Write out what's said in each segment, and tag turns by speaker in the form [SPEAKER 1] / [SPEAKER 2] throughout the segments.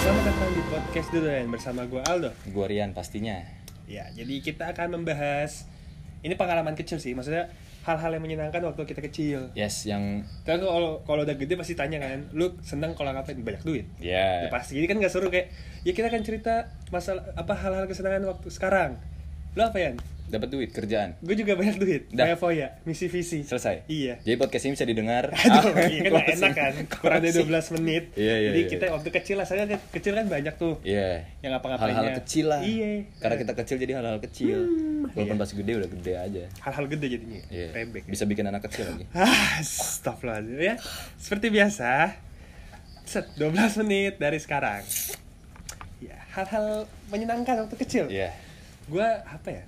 [SPEAKER 1] Selamat datang di podcast Dudulan bersama gue Aldo.
[SPEAKER 2] Gue Rian pastinya.
[SPEAKER 1] Ya, jadi kita akan membahas ini pengalaman kecil sih, maksudnya hal-hal yang menyenangkan waktu kita kecil.
[SPEAKER 2] Yes, yang
[SPEAKER 1] Terus Kan kalau kalau udah gede pasti tanya kan, lu seneng kalau ngapain banyak duit?
[SPEAKER 2] ya
[SPEAKER 1] Ya pasti ini kan gak seru kayak ya kita akan cerita masalah apa hal-hal kesenangan waktu sekarang. Lu apa ya?
[SPEAKER 2] dapat duit kerjaan.
[SPEAKER 1] Gue juga banyak duit.
[SPEAKER 2] Dah.
[SPEAKER 1] Kayak Foya, misi visi.
[SPEAKER 2] Selesai.
[SPEAKER 1] Iya.
[SPEAKER 2] Jadi podcast ini bisa didengar.
[SPEAKER 1] Aduh,
[SPEAKER 2] Ah,
[SPEAKER 1] iya kan nggak enak kan.
[SPEAKER 2] closing.
[SPEAKER 1] Kurang dari
[SPEAKER 2] Closing.
[SPEAKER 1] 12 menit.
[SPEAKER 2] Iya, iya,
[SPEAKER 1] Jadi
[SPEAKER 2] iya.
[SPEAKER 1] kita waktu kecil lah, saya kecil kan banyak tuh.
[SPEAKER 2] Iya.
[SPEAKER 1] Yang ngapa-ngapainnya.
[SPEAKER 2] Hal-hal kecil lah.
[SPEAKER 1] Ya, Iya. Hmm,
[SPEAKER 2] Karena kita kecil jadi hal-hal kecil. Walaupun pas gede udah gede aja.
[SPEAKER 1] Hal-hal gede jadinya.
[SPEAKER 2] Iya.
[SPEAKER 1] Rebek.
[SPEAKER 2] Bisa bikin anak kecil lagi.
[SPEAKER 1] Ah, Astagfirullahaladzim ya. Seperti biasa. Set, 12 menit dari sekarang. Ya, hal-hal menyenangkan waktu kecil.
[SPEAKER 2] Iya.
[SPEAKER 1] Gua apa ya?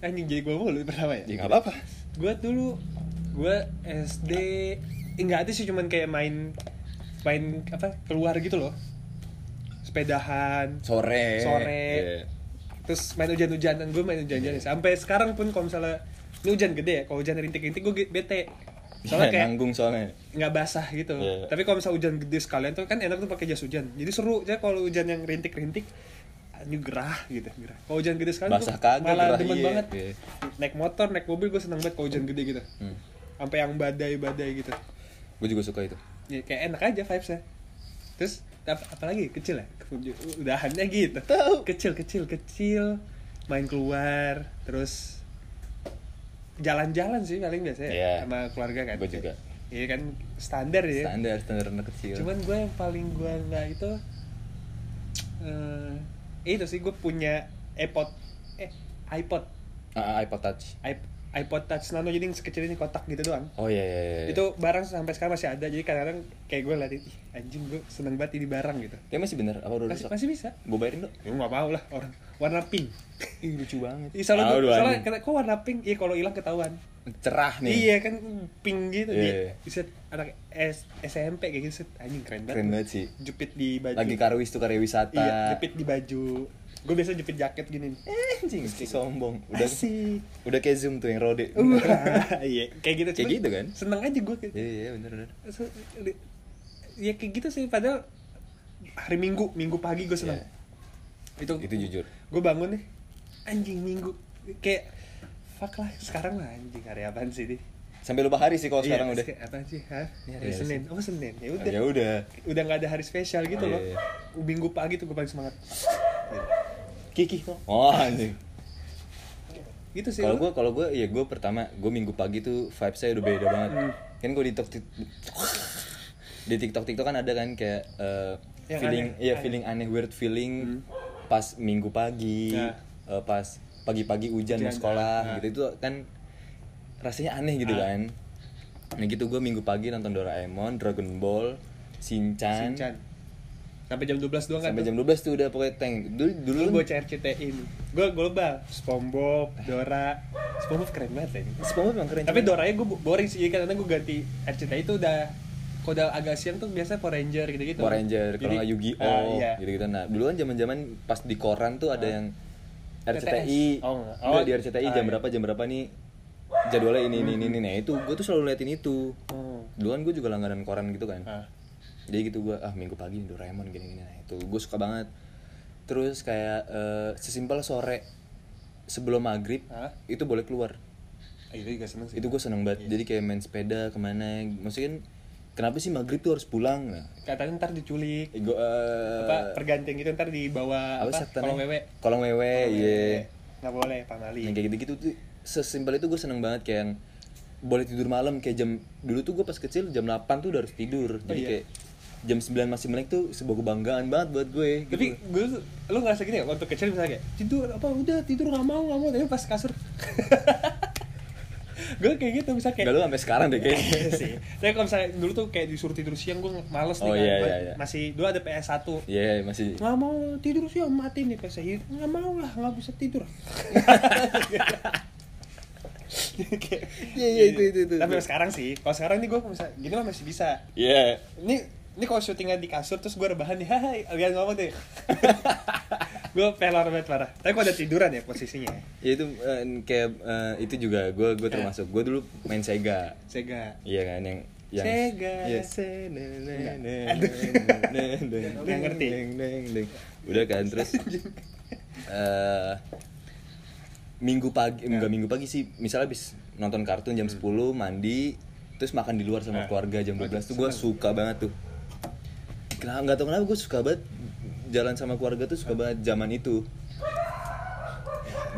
[SPEAKER 1] Anjing jadi gua mulu pertama ya.
[SPEAKER 2] Ya nggak apa-apa.
[SPEAKER 1] Gua dulu gua SD enggak ada sih cuman kayak main main apa keluar gitu loh. Sepedahan.
[SPEAKER 2] Sore.
[SPEAKER 1] Sore.
[SPEAKER 2] Iya.
[SPEAKER 1] Terus main hujan-hujanan, gue main hujan-hujanan. Sampai sekarang pun kalau misalnya ini hujan gede ya, kalau hujan rintik-rintik gue bete. Soalnya
[SPEAKER 2] Iya,
[SPEAKER 1] kayak
[SPEAKER 2] nanggung soalnya.
[SPEAKER 1] nggak basah gitu.
[SPEAKER 2] Iya.
[SPEAKER 1] Tapi kalau misalnya hujan gede sekalian tuh kan enak tuh pakai jas hujan. Jadi seru. Jadi kalau hujan yang rintik-rintik ini gerah gitu, gerah. Kalau hujan gede sekalian
[SPEAKER 2] Basah
[SPEAKER 1] tuh
[SPEAKER 2] kagak,
[SPEAKER 1] malah
[SPEAKER 2] gerah,
[SPEAKER 1] demen
[SPEAKER 2] iya.
[SPEAKER 1] banget.
[SPEAKER 2] Iya.
[SPEAKER 1] Naik motor, naik mobil gue seneng banget kalau hujan gede gitu.
[SPEAKER 2] Hmm.
[SPEAKER 1] Sampai yang badai-badai gitu.
[SPEAKER 2] Gue juga suka itu.
[SPEAKER 1] Ya, kayak enak aja vibesnya. Terus ap- apalagi kecil ya, udahannya gitu. Kecil, kecil, kecil. Main keluar, terus jalan-jalan sih paling biasa ya
[SPEAKER 2] Iya.
[SPEAKER 1] sama keluarga kan.
[SPEAKER 2] Gua juga.
[SPEAKER 1] Iya kan standar ya.
[SPEAKER 2] Standar standar anak kecil.
[SPEAKER 1] Cuman gue yang paling gue nggak itu eh itu sih gue punya iPod eh iPod
[SPEAKER 2] Ah, ah, iPod Touch.
[SPEAKER 1] iP- iPod Touch Nano jadi yang sekecil ini kotak gitu doang.
[SPEAKER 2] Oh iya iya iya.
[SPEAKER 1] Itu barang sampai sekarang masih ada jadi kadang-kadang kayak gue liatin ih anjing gue seneng banget ini barang gitu.
[SPEAKER 2] Dia masih bener apa udah
[SPEAKER 1] Masih,
[SPEAKER 2] rusak?
[SPEAKER 1] masih bisa.
[SPEAKER 2] Gue bayarin dong.
[SPEAKER 1] Gue nggak mau lah orang warna pink.
[SPEAKER 2] Ih lucu banget.
[SPEAKER 1] Ih, soalnya,
[SPEAKER 2] Aduh,
[SPEAKER 1] gua- soalnya
[SPEAKER 2] anjing.
[SPEAKER 1] kata, kok warna pink? Iya kalau hilang ketahuan.
[SPEAKER 2] cerah nih.
[SPEAKER 1] Iya kan pink gitu
[SPEAKER 2] Iya, iya.
[SPEAKER 1] dia. Bisa anak S- SMP kayak gitu set, anjing keren banget.
[SPEAKER 2] Keren banget sih.
[SPEAKER 1] Jepit di baju.
[SPEAKER 2] Lagi karwis tuh karya wisata.
[SPEAKER 1] Iya, jepit di baju. Gue biasa jepit jaket gini.
[SPEAKER 2] Eh, anjing, si sombong. Udah
[SPEAKER 1] Asik.
[SPEAKER 2] udah kayak zoom tuh yang rode.
[SPEAKER 1] Wah, iya, kayak gitu.
[SPEAKER 2] Kayak
[SPEAKER 1] Cuman
[SPEAKER 2] gitu kan?
[SPEAKER 1] Seneng aja gue.
[SPEAKER 2] Iya iya bener bener.
[SPEAKER 1] Ya kayak gitu sih. Padahal hari Minggu, Minggu pagi gue seneng.
[SPEAKER 2] Iya.
[SPEAKER 1] Itu,
[SPEAKER 2] Itu jujur.
[SPEAKER 1] Gue bangun nih, anjing Minggu. Kayak fuck lah sekarang lah anjing hari apaan sih nih?
[SPEAKER 2] Sampai lupa hari sih kalau
[SPEAKER 1] Iya,
[SPEAKER 2] Oh, sekarang
[SPEAKER 1] terus
[SPEAKER 2] udah.
[SPEAKER 1] kayak Apa sih? Hah?
[SPEAKER 2] Ini hari
[SPEAKER 1] Hari
[SPEAKER 2] apa
[SPEAKER 1] Senin. Oh Senin. Ya udah.
[SPEAKER 2] Ya udah.
[SPEAKER 1] Udah nggak ada hari spesial gitu
[SPEAKER 2] Iya,
[SPEAKER 1] loh.
[SPEAKER 2] iya.
[SPEAKER 1] Minggu pagi tuh gue paling semangat. Kiki kok.
[SPEAKER 2] Oh anjing.
[SPEAKER 1] Gitu sih.
[SPEAKER 2] Kalau
[SPEAKER 1] lu.
[SPEAKER 2] gue kalau gue ya gue pertama gue minggu pagi tuh vibes saya udah beda banget.
[SPEAKER 1] Hmm.
[SPEAKER 2] Kan gue di TikTok di TikTok TikTok kan ada kan kayak eh,
[SPEAKER 1] Yang
[SPEAKER 2] feeling
[SPEAKER 1] aneh,
[SPEAKER 2] iya
[SPEAKER 1] aneh. Hmm.
[SPEAKER 2] feeling aneh weird feeling pas minggu pagi
[SPEAKER 1] Ya.
[SPEAKER 2] eh, pas pagi-pagi hujan
[SPEAKER 1] Hujan,
[SPEAKER 2] mau sekolah
[SPEAKER 1] ah.
[SPEAKER 2] gitu itu kan rasanya aneh gitu
[SPEAKER 1] Ah.
[SPEAKER 2] kan. Nah gitu gue minggu pagi nonton Doraemon, Dragon Ball, Shinchan,
[SPEAKER 1] Sinchan. Sampai jam 12 doang kan?
[SPEAKER 2] kan sampai
[SPEAKER 1] tuh?
[SPEAKER 2] jam 12 tuh udah pokoknya tank. Dulu dulu
[SPEAKER 1] Dulu bocah RCTI ini. Gue gue lupa. SpongeBob, Dora. SpongeBob keren banget ya ini.
[SPEAKER 2] Spongebob memang keren.
[SPEAKER 1] Tapi
[SPEAKER 2] cuman-
[SPEAKER 1] Doranya gue boring sih karena gue ganti RCTI itu udah kalau udah agak siang tuh biasanya Power Ranger gitu-gitu.
[SPEAKER 2] Power
[SPEAKER 1] Gitu.
[SPEAKER 2] Ranger,
[SPEAKER 1] Jadi-
[SPEAKER 2] kalau nggak Yu-Gi-Oh,
[SPEAKER 1] Ah, iya. Ah.
[SPEAKER 2] gitu-gitu. Nah, dulu kan zaman-zaman pas di koran tuh ada yang RCTI.
[SPEAKER 1] TTS. Oh, nggak.
[SPEAKER 2] Nggak, di
[SPEAKER 1] Oh,
[SPEAKER 2] RCTI
[SPEAKER 1] ah,
[SPEAKER 2] jam
[SPEAKER 1] iya.
[SPEAKER 2] berapa jam berapa nih jadwalnya ini ini ini ini. Nah, itu gue tuh selalu liatin itu.
[SPEAKER 1] Oh.
[SPEAKER 2] Dulu kan gue juga langganan koran gitu kan.
[SPEAKER 1] Ah.
[SPEAKER 2] Jadi gitu gue ah minggu pagi nih Doraemon gini-gini. Nah, itu gue suka banget. Terus kayak eh, sesimpel sore sebelum maghrib
[SPEAKER 1] Ah. Iya.
[SPEAKER 2] itu boleh keluar.
[SPEAKER 1] Ah, Itu juga seneng sih.
[SPEAKER 2] Itu gue seneng banget. Jadi kayak main sepeda kemana. Maksudnya kan, kenapa sih maghrib tuh harus pulang? Nah,
[SPEAKER 1] Katanya ntar diculik.
[SPEAKER 2] gue
[SPEAKER 1] apa pergantian gitu ntar dibawa
[SPEAKER 2] Eh, apa
[SPEAKER 1] apa?
[SPEAKER 2] setan
[SPEAKER 1] Kolong wewe.
[SPEAKER 2] kolong wewe iya
[SPEAKER 1] Nggak boleh pamali.
[SPEAKER 2] Nah, kayak gitu gitu tuh sesimpel itu gue seneng banget kayak yang boleh tidur malam kayak jam dulu tuh gue pas kecil jam 8 tuh udah harus tidur jadi
[SPEAKER 1] iya.
[SPEAKER 2] kayak jam 9 masih melek tuh sebuah kebanggaan banget buat gue gitu.
[SPEAKER 1] Tapi gue tuh- lu ngerasa gini ya waktu kecil misalnya kayak tidur apa udah tidur nggak mau nggak mau tapi pas kasur gue kayak gitu bisa
[SPEAKER 2] Nggak,
[SPEAKER 1] kayak
[SPEAKER 2] lu gitu sampai sekarang deh kayaknya
[SPEAKER 1] Iya sih. Tapi kalau misalnya dulu tuh kayak disuruh tidur siang gue males nih
[SPEAKER 2] Oh,
[SPEAKER 1] kan.
[SPEAKER 2] iya,
[SPEAKER 1] Gua
[SPEAKER 2] iya, iya.
[SPEAKER 1] Masih dulu ada PS 1
[SPEAKER 2] Iya masih
[SPEAKER 1] nggak mau tidur siang mati nih PS nya nggak mau lah nggak bisa tidur. Kayak- gitu.
[SPEAKER 2] Iya, iya, itu, itu, itu.
[SPEAKER 1] Tapi sekarang sih, kalau sekarang nih gue misalnya gini mah masih bisa.
[SPEAKER 2] Iya
[SPEAKER 1] Ini ini kalau syutingnya di kasur terus gue rebahan nih, hai, lihat ngomong deh. gue pelor banget parah. Tapi kalau ada tiduran ya posisinya.
[SPEAKER 2] Ya, itu
[SPEAKER 1] Iya.
[SPEAKER 2] eh, kayak eh, itu juga gue gue termasuk gue dulu main Sega
[SPEAKER 1] Sega.
[SPEAKER 2] iya kan yang yang
[SPEAKER 1] Sega,
[SPEAKER 2] Yes.
[SPEAKER 1] Nggak. Aduh.
[SPEAKER 2] Nggak
[SPEAKER 1] Nggak ngerti.
[SPEAKER 2] Udah kan terus eh minggu pagi enggak
[SPEAKER 1] Iya.
[SPEAKER 2] minggu pagi sih misalnya abis nonton kartun
[SPEAKER 1] Hmm.
[SPEAKER 2] jam 10 mandi terus makan di luar
[SPEAKER 1] Nah.
[SPEAKER 2] sama keluarga jam 12 tuh gue suka banget tuh kenapa nggak tau kenapa gue suka banget jalan sama keluarga tuh
[SPEAKER 1] Iya.
[SPEAKER 2] suka banget zaman itu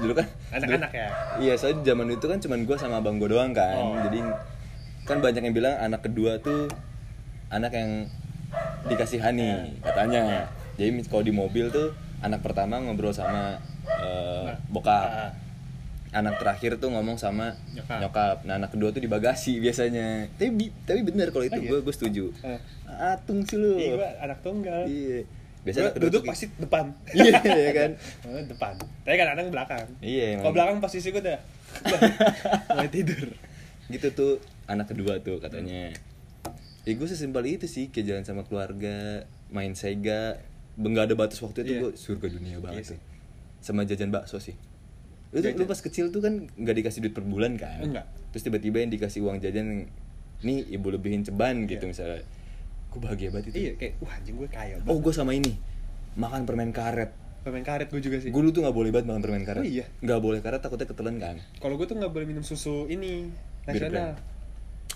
[SPEAKER 2] dulu kan
[SPEAKER 1] Anak-anak ya?
[SPEAKER 2] iya soalnya zaman itu kan cuman gue sama abang gue doang kan
[SPEAKER 1] Oh.
[SPEAKER 2] jadi kan banyak yang bilang anak kedua tuh anak yang
[SPEAKER 1] Iya.
[SPEAKER 2] dikasihani katanya jadi mis- kalau di mobil tuh anak pertama ngobrol sama eh,
[SPEAKER 1] Ah.
[SPEAKER 2] bokap anak terakhir tuh ngomong sama
[SPEAKER 1] Nyokap.
[SPEAKER 2] nyokap. nah anak kedua tuh di bagasi biasanya tapi bi- tapi bener kalau itu
[SPEAKER 1] Oh, iya?
[SPEAKER 2] gue gue setuju
[SPEAKER 1] Eh.
[SPEAKER 2] atung sih lu
[SPEAKER 1] Iya, gua anak tunggal.
[SPEAKER 2] iya
[SPEAKER 1] Biasanya
[SPEAKER 2] biasanya anak kedua
[SPEAKER 1] duduk
[SPEAKER 2] tuh-
[SPEAKER 1] pasti depan.
[SPEAKER 2] iya iya kan
[SPEAKER 1] Eh, depan. Tapi kan kadang belakang.
[SPEAKER 2] Iya, emang.
[SPEAKER 1] Kalau belakang posisi gue udah udah mulai tidur.
[SPEAKER 2] gitu tuh anak kedua tuh katanya ya gue sesimpel itu sih kayak jalan sama keluarga main sega nggak ada batas waktu itu
[SPEAKER 1] Iya.
[SPEAKER 2] gue surga dunia
[SPEAKER 1] Iya
[SPEAKER 2] banget tuh sama jajan bakso sih lu, tuh- lu
[SPEAKER 1] Jajan.
[SPEAKER 2] pas kecil tuh kan nggak dikasih duit per bulan kan
[SPEAKER 1] Enggak.
[SPEAKER 2] terus tiba-tiba yang dikasih uang jajan nih ibu lebihin ceban gitu
[SPEAKER 1] Iya.
[SPEAKER 2] misalnya gue bahagia banget itu
[SPEAKER 1] Iya, kayak wah anjing gue kaya
[SPEAKER 2] oh
[SPEAKER 1] banget.
[SPEAKER 2] gue sama ini makan permen karet
[SPEAKER 1] Pemain karet gue juga sih.
[SPEAKER 2] gue dulu tuh nggak boleh banget makan permen karet
[SPEAKER 1] Iya. Oh iya?
[SPEAKER 2] nggak boleh karena takutnya ketelan kan
[SPEAKER 1] Kalau gue tuh nggak boleh minum susu ini
[SPEAKER 2] Beer
[SPEAKER 1] nasional.
[SPEAKER 2] brand.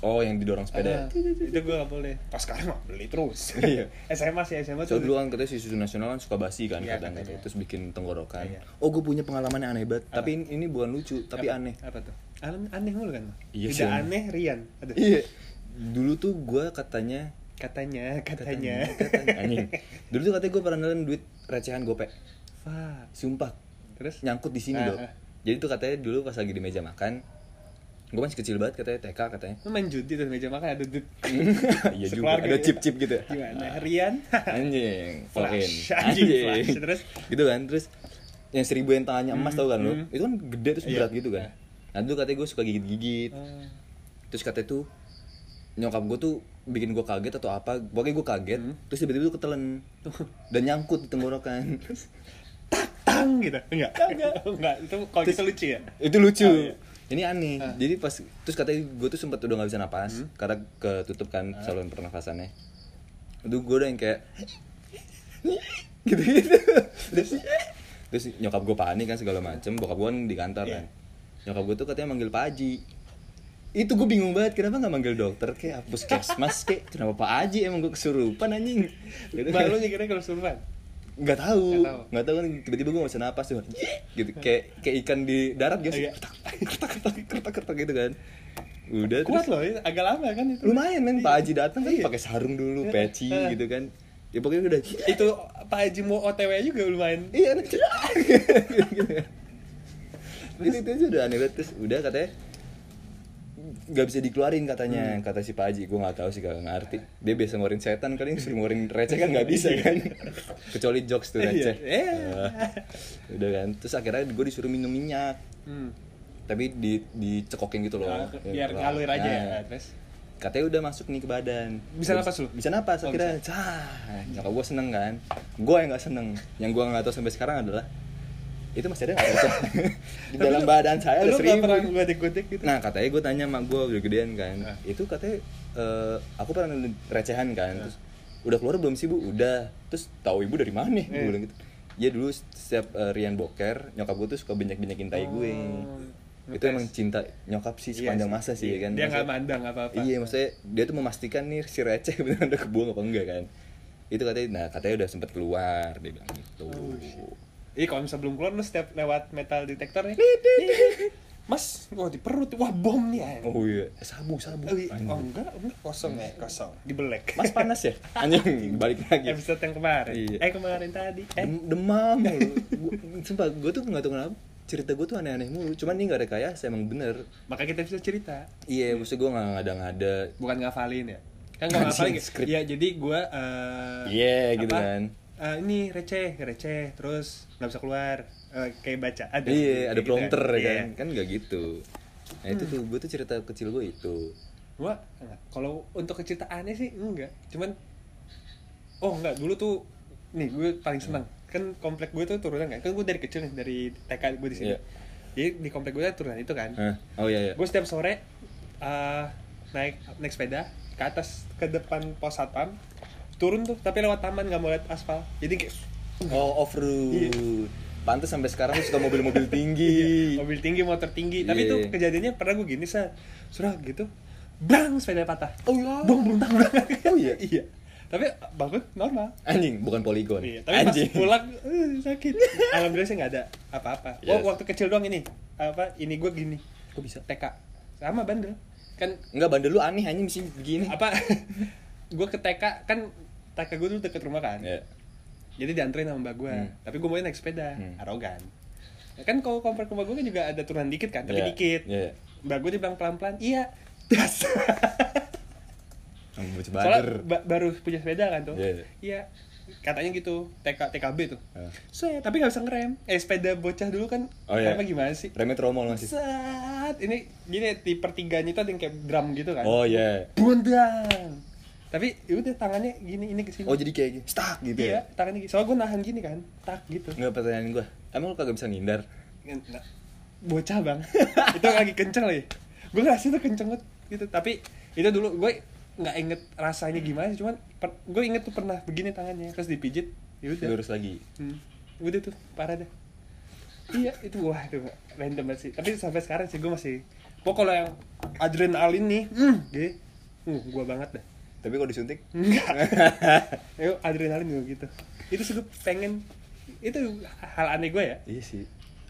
[SPEAKER 2] oh yang didorong sepeda
[SPEAKER 1] Ada. Itu gue gak boleh. Pas sekarang mah beli terus.
[SPEAKER 2] Iya.
[SPEAKER 1] SMA sih SMA
[SPEAKER 2] So
[SPEAKER 1] tuh.
[SPEAKER 2] dulu kan katanya si susu nasional kan suka basi kan
[SPEAKER 1] Iya,
[SPEAKER 2] kadang
[SPEAKER 1] katanya.
[SPEAKER 2] katanya. terus bikin tenggorokan.
[SPEAKER 1] Iya.
[SPEAKER 2] Oh gue punya pengalaman yang aneh banget. Tapi ini, ini bukan lucu, tapi
[SPEAKER 1] Apa-
[SPEAKER 2] aneh.
[SPEAKER 1] Apa tuh? Aneh, aneh mulu kan?
[SPEAKER 2] Iya sih,
[SPEAKER 1] Tidak
[SPEAKER 2] aneh.
[SPEAKER 1] aneh Rian. Aduh.
[SPEAKER 2] Iya. Dulu tuh gue katanya
[SPEAKER 1] Katanya, katanya.
[SPEAKER 2] katanya anjing. Dulu tuh katanya gue pernah nelen duit recehan gope.
[SPEAKER 1] Fuck.
[SPEAKER 2] Sumpah
[SPEAKER 1] Terus?
[SPEAKER 2] nyangkut di sini
[SPEAKER 1] Ah,
[SPEAKER 2] dong.
[SPEAKER 1] ah.
[SPEAKER 2] Jadi tuh katanya dulu pas lagi di meja makan, gue masih kecil banget katanya TK katanya.
[SPEAKER 1] Lu main judi tuh di meja makan ada duit.
[SPEAKER 2] Iya juga,
[SPEAKER 1] Sekeluarga
[SPEAKER 2] ada
[SPEAKER 1] ya.
[SPEAKER 2] chip-chip gitu.
[SPEAKER 1] Gimana? Rian?
[SPEAKER 2] anjing
[SPEAKER 1] Flash,
[SPEAKER 2] flash
[SPEAKER 1] anjing, flash. Terus? Hmm,
[SPEAKER 2] gitu kan terus yang seribu yang tangannya emas tau kan lo itu kan gede terus
[SPEAKER 1] Iya.
[SPEAKER 2] berat gitu kan nah dulu katanya gue suka gigit-gigit
[SPEAKER 1] Ah.
[SPEAKER 2] terus katanya tuh nyokap gue tuh bikin gue kaget atau apa pokoknya gue kaget
[SPEAKER 1] Hmm.
[SPEAKER 2] terus tiba-tiba tuh ketelen dan nyangkut di tenggorokan
[SPEAKER 1] tang gitu enggak enggak itu kalau gitu lucu ya
[SPEAKER 2] itu lucu
[SPEAKER 1] Oh, iya.
[SPEAKER 2] Ah, ini aneh jadi pas terus katanya gue tuh sempet udah nggak bisa napas karena ketutup kan saluran pernafasannya itu gue udah yang kayak gitu gitu terus, terus nyokap gue panik kan segala macem bokap gue kan di kantor
[SPEAKER 1] Iya.
[SPEAKER 2] kan nyokap gue tuh katanya manggil Pak Haji itu gue bingung banget kenapa nggak manggil dokter kayak puskesmas kayak kenapa Pak Haji emang gue kesurupan anjing Gitu.
[SPEAKER 1] baru lu nyikirnya kalau suruhan
[SPEAKER 2] nggak tahu
[SPEAKER 1] Nggak tahu.
[SPEAKER 2] nggak tahu kan tiba-tiba gue nggak bisa napas tuh gitu kayak kayak ikan di darat gitu
[SPEAKER 1] Iya.
[SPEAKER 2] kertak kertak kertak kertak kertak gitu kan udah
[SPEAKER 1] kuat
[SPEAKER 2] terus
[SPEAKER 1] loh ini agak lama kan itu
[SPEAKER 2] lumayan men pak Haji datang kan
[SPEAKER 1] Iya.
[SPEAKER 2] pakai sarung dulu peci
[SPEAKER 1] Iya.
[SPEAKER 2] gitu kan ya pokoknya udah
[SPEAKER 1] itu Pak Haji mau OTW juga lumayan
[SPEAKER 2] iya anak cewek. Gitu kan. Jadi itu aja udah aneh banget terus udah katanya nggak bisa dikeluarin
[SPEAKER 1] Hmm.
[SPEAKER 2] katanya kata si Pak Haji gue nggak tahu sih gak ngerti dia biasa ngorin setan kali yang suruh ngorin receh kan nggak bisa kan kecuali jokes tuh
[SPEAKER 1] Iya.
[SPEAKER 2] receh
[SPEAKER 1] Iya.
[SPEAKER 2] Eh, udah kan terus akhirnya gue disuruh minum minyak
[SPEAKER 1] hmm.
[SPEAKER 2] tapi di dicekokin gitu loh
[SPEAKER 1] Nah,
[SPEAKER 2] Ya,
[SPEAKER 1] biar
[SPEAKER 2] lah.
[SPEAKER 1] ngalir aja ya
[SPEAKER 2] Nah,
[SPEAKER 1] Nah, terus
[SPEAKER 2] katanya udah masuk nih ke badan
[SPEAKER 1] Bisa
[SPEAKER 2] Gua-
[SPEAKER 1] napas lu?
[SPEAKER 2] bisa napas
[SPEAKER 1] Oh,
[SPEAKER 2] akhirnya cah nyokap gue seneng kan gue yang nggak seneng yang gue nggak tahu sampai sekarang adalah itu masih ada nggak ya, Cah? di dalam badan saya ada
[SPEAKER 1] lu gak
[SPEAKER 2] seribu
[SPEAKER 1] pernah gotek-gotek gitu
[SPEAKER 2] nah katanya gue tanya sama gue udah gedean kan
[SPEAKER 1] Ah.
[SPEAKER 2] itu katanya eh, aku pernah nelen recehan kan
[SPEAKER 1] Ah.
[SPEAKER 2] terus udah keluar belum sih bu udah terus tahu ibu dari mana nih
[SPEAKER 1] Iya.
[SPEAKER 2] gue bilang gitu ya dulu setiap eh, Rian boker nyokap gue tuh suka banyak banyakin tai gue
[SPEAKER 1] Oh,
[SPEAKER 2] itu
[SPEAKER 1] ngetes.
[SPEAKER 2] emang cinta nyokap sih
[SPEAKER 1] Iya
[SPEAKER 2] sepanjang
[SPEAKER 1] sih.
[SPEAKER 2] masa sih
[SPEAKER 1] Iya,
[SPEAKER 2] ya kan
[SPEAKER 1] dia nggak
[SPEAKER 2] Maksudnya-
[SPEAKER 1] mandang apa-apa.
[SPEAKER 2] iya maksudnya dia tuh memastikan nih si receh beneran udah kebuang apa enggak kan itu katanya nah katanya udah sempet keluar dia bilang gitu
[SPEAKER 1] Oh, Iya kalau misalnya belum keluar lu setiap lewat metal detektor nih Mas, wah di perut, wah bom nih anjing.
[SPEAKER 2] oh iya Eh, sabu sabu
[SPEAKER 1] Oh, iya.
[SPEAKER 2] Anjing.
[SPEAKER 1] oh enggak, enggak kosong ya, kosong. Dibelek.
[SPEAKER 2] mas panas ya anjing balik lagi
[SPEAKER 1] Episode yang kemarin.
[SPEAKER 2] Iya. Hmm.
[SPEAKER 1] Eh kemarin tadi. Eh,
[SPEAKER 2] Dem- demam mulu Gua- sumpah gue tuh nggak tahu kenapa cerita gue tuh aneh-aneh mulu cuman ini nggak rekayasa emang bener
[SPEAKER 1] maka kita bisa cerita.
[SPEAKER 2] iya maksud gue nggak ngada-ngada
[SPEAKER 1] bukan ngafalin ya kan nggak
[SPEAKER 2] Anjing,
[SPEAKER 1] ngafalin ya.
[SPEAKER 2] skrip.
[SPEAKER 1] ya jadi gue eh
[SPEAKER 2] Iya, gitu
[SPEAKER 1] apa,
[SPEAKER 2] kan.
[SPEAKER 1] eh, ini receh receh terus nggak bisa keluar eh, kayak baca ada
[SPEAKER 2] iya ada prompter ya
[SPEAKER 1] Iya.
[SPEAKER 2] kan kan nggak gitu nah itu tuh gue tuh cerita kecil gue itu
[SPEAKER 1] gua enggak. kalau untuk cerita aneh sih enggak cuman oh enggak dulu tuh nih gue paling senang
[SPEAKER 2] Hmm.
[SPEAKER 1] kan komplek gue tuh turunan kan kan gue dari kecil nih dari TK gue di sini
[SPEAKER 2] Iya.
[SPEAKER 1] jadi di komplek gue tuh turunan itu kan
[SPEAKER 2] Hah? oh iya iya
[SPEAKER 1] gue setiap sore eh, naik naik sepeda ke atas ke depan pos satpam turun tuh tapi lewat taman nggak mau lihat aspal jadi kayak
[SPEAKER 2] Oh off road. Pantes sampai sekarang lu suka mobil-mobil tinggi.
[SPEAKER 1] Iya. mobil tinggi motor tinggi tapi
[SPEAKER 2] Iya.
[SPEAKER 1] itu kejadiannya pernah gue gini sa surah gitu brang sepeda patah
[SPEAKER 2] Oh iya.
[SPEAKER 1] bang beruntang berang
[SPEAKER 2] Oh iya?
[SPEAKER 1] iya tapi bangun normal
[SPEAKER 2] Anjing, bukan poligon.
[SPEAKER 1] Iya, tapi
[SPEAKER 2] Anjing.
[SPEAKER 1] pas pulang eh, sakit. Alhamdulillah sih nggak ada apa-apa. Wah,
[SPEAKER 2] Yes.
[SPEAKER 1] Waktu kecil doang ini apa ini gue gini. Gue bisa TK sama bandel kan
[SPEAKER 2] Enggak bandel lu aneh anjing mesti begini.
[SPEAKER 1] apa gue ke TK kan TK gue dulu deket rumah kan.
[SPEAKER 2] Ya.
[SPEAKER 1] Jadi dianterin sama mbak gue.
[SPEAKER 2] Hmm.
[SPEAKER 1] Tapi gue mau naik sepeda,
[SPEAKER 2] Hmm.
[SPEAKER 1] arogan. Ya kan kalau komplek rumah gue kan juga ada turunan dikit kan, tapi
[SPEAKER 2] Ya.
[SPEAKER 1] dikit.
[SPEAKER 2] Ya.
[SPEAKER 1] Mbak gue dibilang pelan-pelan, iya. Das.
[SPEAKER 2] Kamu bocah bader.
[SPEAKER 1] Soalnya ba- baru punya sepeda kan tuh.
[SPEAKER 2] Iya.
[SPEAKER 1] Iya. Katanya gitu, TK TKB tuh.
[SPEAKER 2] Ah.
[SPEAKER 1] Set, tapi gak bisa ngerem. Eh, sepeda bocah dulu kan
[SPEAKER 2] Oh, iya.
[SPEAKER 1] remnya gimana sih?
[SPEAKER 2] Remnya tromol masih.
[SPEAKER 1] Set, ini gini di pertiganya itu ada yang kayak drum gitu kan.
[SPEAKER 2] Oh ya.
[SPEAKER 1] Bundang. Tapi ya udah tangannya gini ini ke sini.
[SPEAKER 2] Oh jadi kayak gini, stuck gitu
[SPEAKER 1] iya,
[SPEAKER 2] ya.
[SPEAKER 1] tangannya gini. Soalnya gue nahan gini kan, tak gitu.
[SPEAKER 2] Enggak Iya. pertanyaan gua. Emang lu kagak bisa ngindar?
[SPEAKER 1] Nah, Bocah, Bang. itu lagi kenceng lagi. Gue ngerasa itu kenceng banget gitu, tapi itu dulu gue nggak inget rasanya gimana sih, cuman per- gue inget tuh pernah begini tangannya terus dipijit ya udah
[SPEAKER 2] Lurus lagi.
[SPEAKER 1] Hmm. Udah tuh, parah dah. Iya, itu wah itu random banget sih. Tapi sampai sekarang sih gue masih pokok kalau yang adrenalin nih, hmm, gitu. Hmm, gua banget dah.
[SPEAKER 2] Tapi kalau disuntik
[SPEAKER 1] Enggak. Ayo adrenalin gue gitu. Itu sih gue pengen itu hal aneh gue ya.
[SPEAKER 2] Iya sih.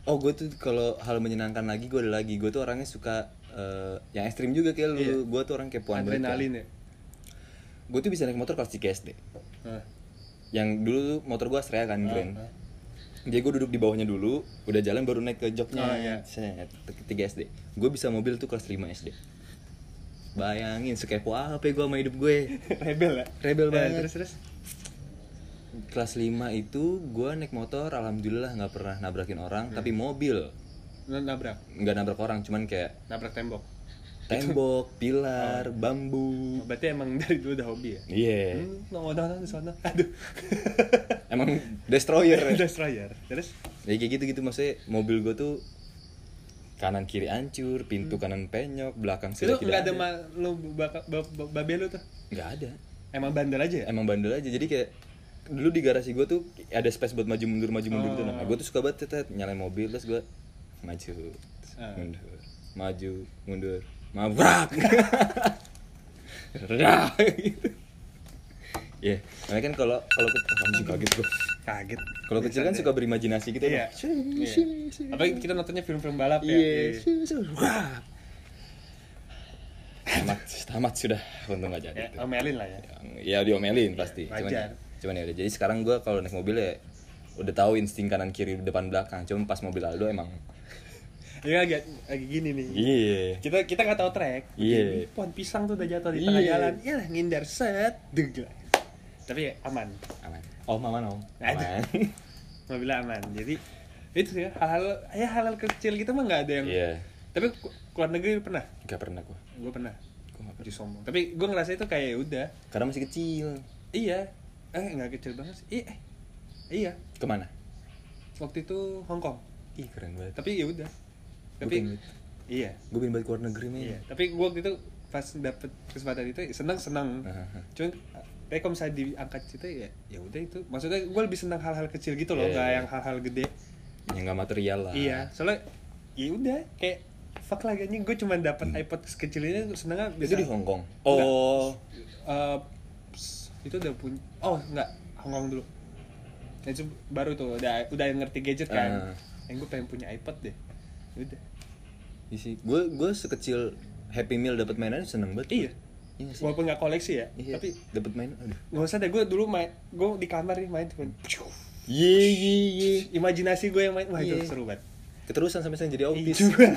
[SPEAKER 2] Oh, gue tuh kalau hal menyenangkan lagi gue ada lagi. Gue tuh orangnya suka eh, yang ekstrim juga kayak lu.
[SPEAKER 1] Iya.
[SPEAKER 2] Gue tuh orang kepoan banget.
[SPEAKER 1] adrenalin ya.
[SPEAKER 2] Gue tuh bisa naik motor kelas 3 SD.
[SPEAKER 1] Hah.
[SPEAKER 2] Yang dulu tuh motor gue Astrea kan, Grand.
[SPEAKER 1] ah.
[SPEAKER 2] Jadi gue duduk di bawahnya dulu, udah jalan baru naik ke joknya.
[SPEAKER 1] Oh, iya.
[SPEAKER 2] Set, ke 3 SD. Gue bisa mobil tuh kelas 5 SD. Bayangin sekepo apa gue sama hidup gue.
[SPEAKER 1] Rebel ya.
[SPEAKER 2] Rebel
[SPEAKER 1] Ya,
[SPEAKER 2] banget.
[SPEAKER 1] Terus terus.
[SPEAKER 2] Kelas 5 itu gue naik motor alhamdulillah nggak pernah nabrakin orang,
[SPEAKER 1] Hmm.
[SPEAKER 2] tapi mobil
[SPEAKER 1] Lu Nabrak,
[SPEAKER 2] nggak nabrak orang cuman kayak
[SPEAKER 1] nabrak tembok.
[SPEAKER 2] tembok, pilar,
[SPEAKER 1] Oh.
[SPEAKER 2] bambu.
[SPEAKER 1] Berarti emang dari dulu udah hobi ya.
[SPEAKER 2] Iya.
[SPEAKER 1] Hmm, no, no, no, di sana. Aduh.
[SPEAKER 2] Emang destroyer. ya?
[SPEAKER 1] Destroyer. Terus
[SPEAKER 2] Ya kayak gitu-gitu maksudnya mobil gue tuh kanan kiri hancur, pintu kanan penyok, belakang
[SPEAKER 1] itu Hmm.
[SPEAKER 2] sudah
[SPEAKER 1] nggak
[SPEAKER 2] tidak
[SPEAKER 1] ada
[SPEAKER 2] ada.
[SPEAKER 1] ma lu baka- ba- ba- babe lu tuh
[SPEAKER 2] Nggak ada.
[SPEAKER 1] emang bandel aja ya
[SPEAKER 2] Emang bandel aja. Jadi kayak dulu di garasi gue tuh ada space buat maju mundur maju mundur gitu.
[SPEAKER 1] Oh.
[SPEAKER 2] Nah, gue tuh suka banget tetet nyalain mobil terus gue maju, terus
[SPEAKER 1] Ah.
[SPEAKER 2] mundur, maju, mundur, mabrak. Rah gitu. Ya, makanya kan kalau kalau ke anjing kaget gue.
[SPEAKER 1] kaget
[SPEAKER 2] Kalau kecil kan suka berimajinasi gitu
[SPEAKER 1] Iya.
[SPEAKER 2] ya. Iya.
[SPEAKER 1] apa kita nontonnya film-film balap ya
[SPEAKER 2] Iya. Wah. Tamat, tamat sudah. Untung gitu. gak jadi.
[SPEAKER 1] ya omelin lah ya
[SPEAKER 2] Ya diomelin pasti.
[SPEAKER 1] Iya,
[SPEAKER 2] Cuman,
[SPEAKER 1] wajar.
[SPEAKER 2] cuman ya udah. Jadi sekarang gue kalau naik mobil ya udah tahu insting kanan kiri depan belakang. Cuman pas mobil Aldo emang.
[SPEAKER 1] ini lagi lagi Iya, gini nih
[SPEAKER 2] Iya.
[SPEAKER 1] kita kita nggak tahu track
[SPEAKER 2] Iya.
[SPEAKER 1] Ini pohon pisang tuh udah jatuh di tengah
[SPEAKER 2] Iya.
[SPEAKER 1] jalan ya lah, ngindar set deg lah. tapi ya, aman
[SPEAKER 2] Aman. Oh mama no.
[SPEAKER 1] Ada.
[SPEAKER 2] Aman.
[SPEAKER 1] mobilnya aman jadi itu ya hal-hal ya hal-hal kecil gitu mah nggak ada yang
[SPEAKER 2] Iya.
[SPEAKER 1] tapi ku- keluar negeri pernah
[SPEAKER 2] Gak pernah gue.
[SPEAKER 1] gue pernah
[SPEAKER 2] Gue gak pernah.
[SPEAKER 1] jadi sombong tapi gue ngerasa itu kayak ya udah
[SPEAKER 2] Karena masih kecil.
[SPEAKER 1] Iya. Eh nggak kecil banget sih. Iya. eh. Iya.
[SPEAKER 2] Kemana?
[SPEAKER 1] Waktu itu Hong Kong.
[SPEAKER 2] Ih keren banget.
[SPEAKER 1] Tapi ya udah. Tapi
[SPEAKER 2] Iya. Gua pengen-
[SPEAKER 1] iya.
[SPEAKER 2] Gue pengen banget keluar negeri men.
[SPEAKER 1] Iya. Tapi gua waktu itu pas dapet kesempatan itu senang senang.
[SPEAKER 2] Aha.
[SPEAKER 1] Cuman tapi kalau misalnya diangkat cerita ya ya udah itu. Maksudnya gua lebih senang hal-hal kecil gitu loh,
[SPEAKER 2] Iya,
[SPEAKER 1] nggak
[SPEAKER 2] iya.
[SPEAKER 1] yang hal-hal gede.
[SPEAKER 2] Yang gak Ya, material lah.
[SPEAKER 1] Iya. Soalnya ya udah kayak fuck lagi anjing gue cuma dapat iPod sekecil ini senengnya
[SPEAKER 2] Hmm. Itu
[SPEAKER 1] bisa
[SPEAKER 2] di Hong Kong.
[SPEAKER 1] Enggak.
[SPEAKER 2] Oh.
[SPEAKER 1] Eh, ps- itu udah punya oh enggak Hong Kong dulu Nah, itu baru tuh udah udah ngerti gadget kan
[SPEAKER 2] Ah.
[SPEAKER 1] yang gue pengen punya iPod deh Ya udah
[SPEAKER 2] Isi. Gue gue sekecil Happy Meal dapat mainan seneng banget.
[SPEAKER 1] iya
[SPEAKER 2] Iya nggak sih.
[SPEAKER 1] walaupun nggak koleksi ya
[SPEAKER 2] Iya.
[SPEAKER 1] tapi
[SPEAKER 2] dapat mainan. Aduh.
[SPEAKER 1] nggak usah deh gue dulu main gue di kamar nih main cuman Iya,
[SPEAKER 2] Ye ye ye.
[SPEAKER 1] imajinasi gue yang main wah itu
[SPEAKER 2] Iya.
[SPEAKER 1] seru banget
[SPEAKER 2] Keterusan sampai saya
[SPEAKER 1] Iya
[SPEAKER 2] jadi autis.
[SPEAKER 1] Cucu,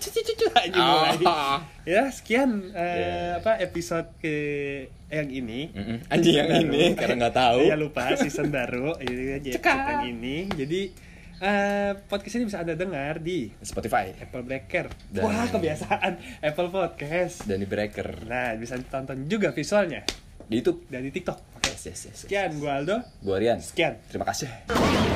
[SPEAKER 1] cucu aja mulai.
[SPEAKER 2] Ah.
[SPEAKER 1] Ya sekian eh,
[SPEAKER 2] Yeah.
[SPEAKER 1] apa episode ke eh, yang ini.
[SPEAKER 2] Mm-mm. Anjing yang ini, karena nggak tahu.
[SPEAKER 1] Ya lupa season baru ini aja episode yang ini. Jadi eh, podcast ini bisa anda dengar di
[SPEAKER 2] Spotify
[SPEAKER 1] Apple Breaker.
[SPEAKER 2] Dan-
[SPEAKER 1] Wah kebiasaan Apple Podcast.
[SPEAKER 2] dan di Breaker
[SPEAKER 1] Nah bisa tonton juga visualnya
[SPEAKER 2] di YouTube.
[SPEAKER 1] dan di TikTok.
[SPEAKER 2] Yes yes yes. yes.
[SPEAKER 1] Sekian gua Aldo.
[SPEAKER 2] Gua Rian.
[SPEAKER 1] Sekian.
[SPEAKER 2] Terima kasih.